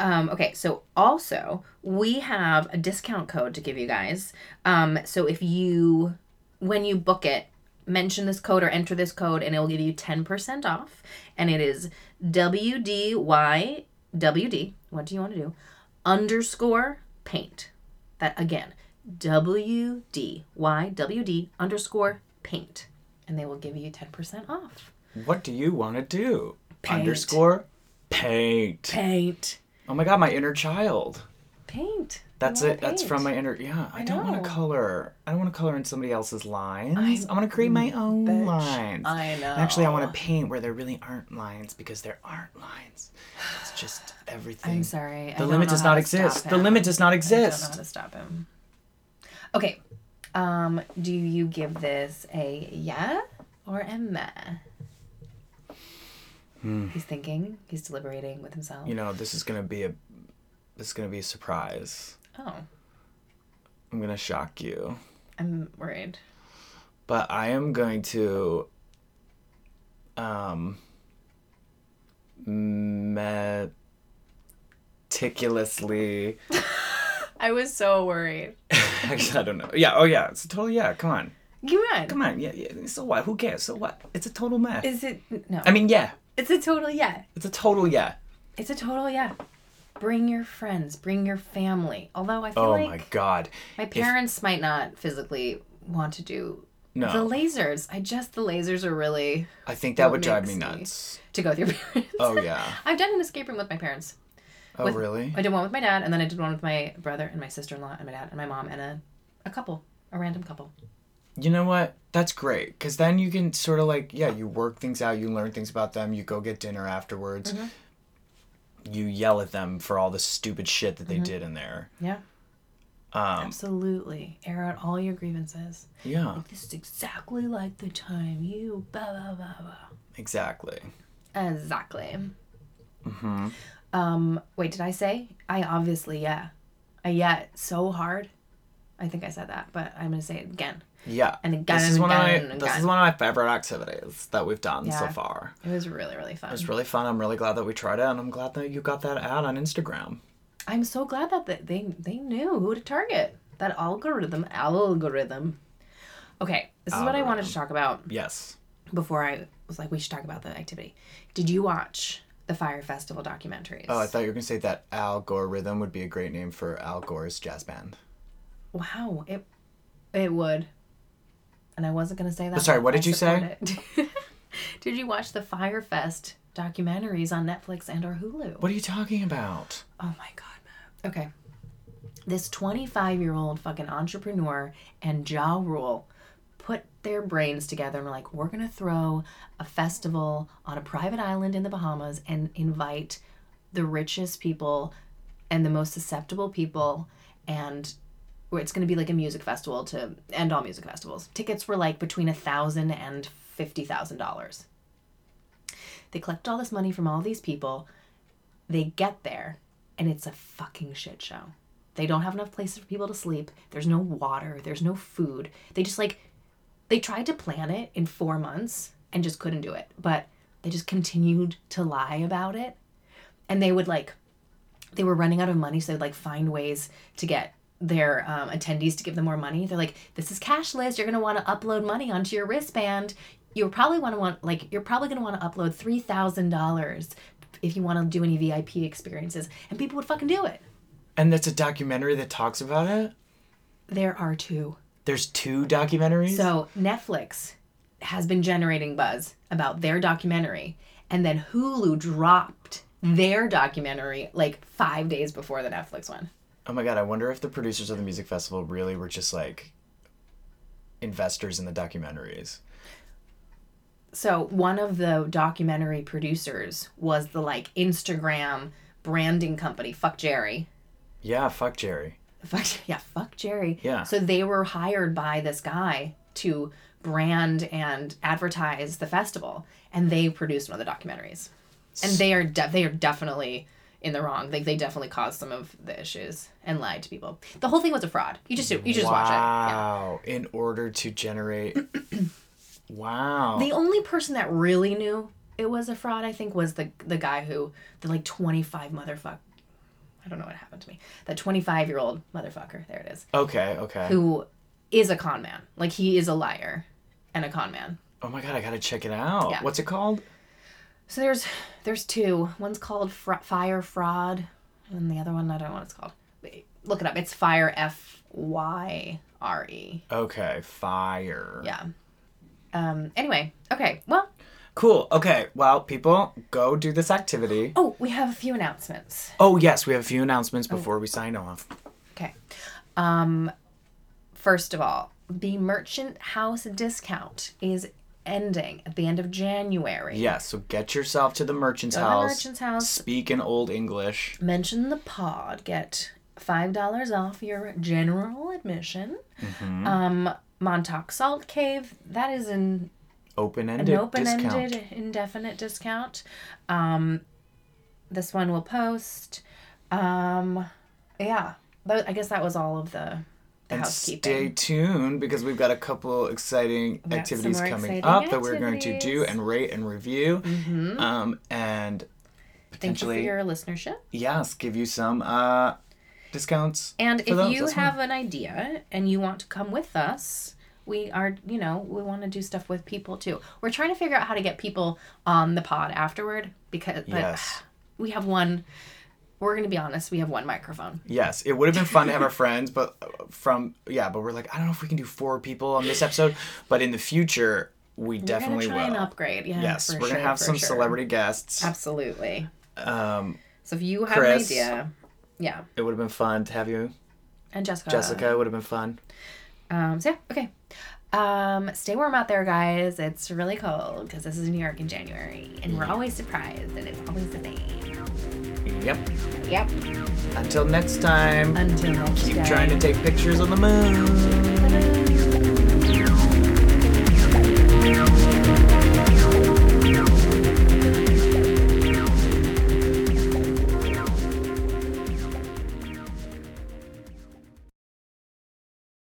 [SPEAKER 1] Um, okay, so also we have a discount code to give you guys. Um, so if you, when you book it, mention this code or enter this code, and it will give you ten percent off. And it is WDYWD. What do you want to do? Underscore paint. That again, WDYWD underscore paint, and they will give you ten percent off.
[SPEAKER 2] What do you want to do?
[SPEAKER 1] Paint.
[SPEAKER 2] Underscore Paint.
[SPEAKER 1] Paint.
[SPEAKER 2] Oh my god, my inner child.
[SPEAKER 1] Paint. I
[SPEAKER 2] That's
[SPEAKER 1] wanna
[SPEAKER 2] it. That's
[SPEAKER 1] paint.
[SPEAKER 2] from my inner. Yeah, I,
[SPEAKER 1] I
[SPEAKER 2] don't want
[SPEAKER 1] know.
[SPEAKER 2] to color. I don't want to color in somebody else's lines. I, want to create my own
[SPEAKER 1] Bitch.
[SPEAKER 2] lines.
[SPEAKER 1] I know.
[SPEAKER 2] And Actually, I want to paint where there really aren't lines because there aren't lines. It's just everything.
[SPEAKER 1] I'm sorry. I
[SPEAKER 2] The
[SPEAKER 1] don't
[SPEAKER 2] limit
[SPEAKER 1] know
[SPEAKER 2] does
[SPEAKER 1] how
[SPEAKER 2] not
[SPEAKER 1] to stop
[SPEAKER 2] exist. The
[SPEAKER 1] him.
[SPEAKER 2] limit does not
[SPEAKER 1] I don't know how
[SPEAKER 2] exist.
[SPEAKER 1] to stop him. Okay. Um, do you give this a yeah or a meh? He's thinking. He's deliberating with himself.
[SPEAKER 2] Hmm. You know, this is gonna be a. This is gonna be a surprise.
[SPEAKER 1] oh,
[SPEAKER 2] I'm gonna shock you,
[SPEAKER 1] I'm worried.
[SPEAKER 2] but I am going to. Um. Meticulously.
[SPEAKER 1] I was so worried.
[SPEAKER 2] Actually, I don't know. Yeah. Oh, yeah. It's a total yeah. Come on.
[SPEAKER 1] Come on.
[SPEAKER 2] Come on. Yeah. Yeah. So what? Who cares? So what? It's a total mess.
[SPEAKER 1] Is it no?
[SPEAKER 2] I mean, yeah.
[SPEAKER 1] it's a total yeah.
[SPEAKER 2] It's a total yeah.
[SPEAKER 1] It's a total yeah. Bring your friends. Bring your family. Although I feel
[SPEAKER 2] Oh
[SPEAKER 1] like
[SPEAKER 2] my god.
[SPEAKER 1] My parents might not physically want to do
[SPEAKER 2] No.
[SPEAKER 1] the lasers. I just the lasers are really
[SPEAKER 2] I think that
[SPEAKER 1] what
[SPEAKER 2] would drive me
[SPEAKER 1] makes me-
[SPEAKER 2] nuts.
[SPEAKER 1] to go with your parents.
[SPEAKER 2] Oh yeah.
[SPEAKER 1] I've done an escape room with my parents.
[SPEAKER 2] Oh
[SPEAKER 1] With-
[SPEAKER 2] really?
[SPEAKER 1] I did one with my dad, and then I did one with my brother and my sister in law and my dad and my mom and a, a couple, a random couple.
[SPEAKER 2] You know what? That's great cuz then you can sort of like yeah, you work things out, you learn things about them, you go get dinner afterwards.
[SPEAKER 1] Mm-hmm.
[SPEAKER 2] You yell at them for all the stupid shit
[SPEAKER 1] Mm-hmm.
[SPEAKER 2] that they did in there.
[SPEAKER 1] Yeah,
[SPEAKER 2] Um
[SPEAKER 1] absolutely. Air out all your grievances.
[SPEAKER 2] yeah,
[SPEAKER 1] This is exactly like the time you blah blah blah blah.
[SPEAKER 2] exactly.
[SPEAKER 1] Exactly.
[SPEAKER 2] Mm-hmm.
[SPEAKER 1] Um. Wait, did I say I obviously yeah, I yeah so hard. I think I said that, but I'm gonna say it again.
[SPEAKER 2] Yeah.
[SPEAKER 1] And again,
[SPEAKER 2] this is one
[SPEAKER 1] again,
[SPEAKER 2] of my,
[SPEAKER 1] and
[SPEAKER 2] this is
[SPEAKER 1] again.
[SPEAKER 2] one of my favorite activities that we've done so
[SPEAKER 1] Yeah.
[SPEAKER 2] far.
[SPEAKER 1] It was really, really fun.
[SPEAKER 2] It's really fun. I'm really glad that we tried it, and I'm glad that you got that ad on Instagram.
[SPEAKER 1] I'm so glad that th- they they knew who to target. That algorithm, algorithm. Okay, this is what I wanted to talk about
[SPEAKER 2] Yes.
[SPEAKER 1] before I was like, we should talk about the activity. Did you watch the Fire Festival documentaries?
[SPEAKER 2] Oh, I thought you were gonna say that Al Gore Rhythm would be a great name for Al Gore's jazz band.
[SPEAKER 1] wow, it it would. And I wasn't gonna say that.
[SPEAKER 2] sorry,
[SPEAKER 1] but
[SPEAKER 2] what
[SPEAKER 1] I
[SPEAKER 2] did you say?
[SPEAKER 1] support it. did you watch the Fire Fest documentaries on Netflix and or Hulu?
[SPEAKER 2] What are you talking about?
[SPEAKER 1] Oh my god, Matt. Okay. This 25 year old fucking entrepreneur and Ja Rule put their brains together and were like, we're going to throw a festival on a private island in the Bahamas and invite the richest people and the most susceptible people and where it's going to be like a music festival to end all music festivals. Tickets were like between a thousand and fifty thousand dollars. They collect all this money from all these people. They get there, and it's a fucking shit show. They don't have enough places for people to sleep. There's no water. There's no food. They just like, they tried to plan it in four months and just couldn't do it. But they just continued to lie about it. And they would like, they were running out of money, so they'd like find ways to get their um, attendees to give them more money. They're like, "This is cashless. You're gonna want to upload money onto your wristband. You're probably want to want like you're probably gonna want to upload three thousand dollars if you want to do any VIP experiences." And people would fucking do it.
[SPEAKER 2] And that's a documentary that talks about it.
[SPEAKER 1] There are two.
[SPEAKER 2] There's two documentaries.
[SPEAKER 1] So Netflix has been generating buzz about their documentary, and then Hulu dropped their documentary like five days before the Netflix one.
[SPEAKER 2] oh my god, I wonder if the producers of the music festival really were just like investors in the documentaries.
[SPEAKER 1] so one of the documentary producers was the like Instagram branding company, Fuck Jerry.
[SPEAKER 2] Yeah, fuck Jerry.
[SPEAKER 1] Fuck yeah, fuck Jerry.
[SPEAKER 2] Yeah.
[SPEAKER 1] So they were hired by this guy to brand and advertise the festival, and they produced one of the documentaries. And they are de- they are definitely in the wrong. Like they definitely caused some of the issues and lied to people. The whole thing was a fraud. You just you just watch it. Yeah.
[SPEAKER 2] wow. In order to generate. wow.
[SPEAKER 1] The only person that really knew it was a fraud, I think, was the the guy who the like twenty five motherfucker. I don't know what happened to me. That twenty five year old motherfucker. There it is.
[SPEAKER 2] okay. Okay.
[SPEAKER 1] Who is a con man? Like he is a liar and a con man.
[SPEAKER 2] Oh my god, I gotta check it out.
[SPEAKER 1] Yeah.
[SPEAKER 2] What's it called?
[SPEAKER 1] So there's there's two. One's called Fra- Fire Fraud, and the other one I don't know what it's called. Wait, Look it up. It's Fire F Y R E.
[SPEAKER 2] Okay, fire.
[SPEAKER 1] Yeah. Um. Anyway. Okay. Well.
[SPEAKER 2] Cool. Okay. Well, people, go do this activity.
[SPEAKER 1] Oh, we have a few announcements.
[SPEAKER 2] Oh, yes, we have a few announcements
[SPEAKER 1] Oh.
[SPEAKER 2] before we sign off.
[SPEAKER 1] Okay. Um, first of all, the merchant house discount is ending at the end of January.
[SPEAKER 2] Yes, so get yourself to the merchant's
[SPEAKER 1] Go to the
[SPEAKER 2] house.
[SPEAKER 1] merchant's house.
[SPEAKER 2] Speak in old English.
[SPEAKER 1] Mention the pod, get five dollars off your general admission.
[SPEAKER 2] Mm-hmm.
[SPEAKER 1] Um, Montauk Salt Cave that is an,
[SPEAKER 2] Open
[SPEAKER 1] an
[SPEAKER 2] ended
[SPEAKER 1] open
[SPEAKER 2] discount.
[SPEAKER 1] ended indefinite discount. Um, this one will post. Um, yeah, Tho- I guess that was all of the, the
[SPEAKER 2] And
[SPEAKER 1] housekeeping.
[SPEAKER 2] stay tuned because we've got a couple exciting
[SPEAKER 1] got
[SPEAKER 2] activities
[SPEAKER 1] some more
[SPEAKER 2] coming
[SPEAKER 1] exciting
[SPEAKER 2] up that we're going to do
[SPEAKER 1] activities. Mm-hmm.
[SPEAKER 2] and rate and review. Um, and
[SPEAKER 1] Thank you for
[SPEAKER 2] potentially,
[SPEAKER 1] your listenership.
[SPEAKER 2] yes, give you some uh, discounts.
[SPEAKER 1] And
[SPEAKER 2] for
[SPEAKER 1] if
[SPEAKER 2] those.
[SPEAKER 1] you
[SPEAKER 2] That's
[SPEAKER 1] have an idea and you want to come with us, we are, you know, we want to do stuff with people too. We're trying to figure out how to get people on the pod afterward because but
[SPEAKER 2] Yes.
[SPEAKER 1] we have one we're going to be honest, we have one microphone.
[SPEAKER 2] Yes, it would have been fun to have our friends, but uh, from yeah, but we're like, I don't know if we can do four people on this episode, but in the future we definitely
[SPEAKER 1] we're gonna try
[SPEAKER 2] will.
[SPEAKER 1] and upgrade. Yeah,
[SPEAKER 2] yes,
[SPEAKER 1] for
[SPEAKER 2] we're gonna
[SPEAKER 1] sure,
[SPEAKER 2] have
[SPEAKER 1] for
[SPEAKER 2] some
[SPEAKER 1] sure.
[SPEAKER 2] celebrity guests.
[SPEAKER 1] Absolutely.
[SPEAKER 2] Um,
[SPEAKER 1] So if you have
[SPEAKER 2] Chris.
[SPEAKER 1] an idea, yeah.
[SPEAKER 2] it would have been fun to have you,
[SPEAKER 1] And Jessica.
[SPEAKER 2] Jessica. would have been fun.
[SPEAKER 1] Um, so yeah, okay. Um, stay warm out there, guys. It's really cold because this is New York in January, and we're always surprised, and it's always the same.
[SPEAKER 2] Yep.
[SPEAKER 1] Yep.
[SPEAKER 2] Until next time,
[SPEAKER 1] Until next
[SPEAKER 2] keep
[SPEAKER 1] day.
[SPEAKER 2] trying to take pictures on the moon.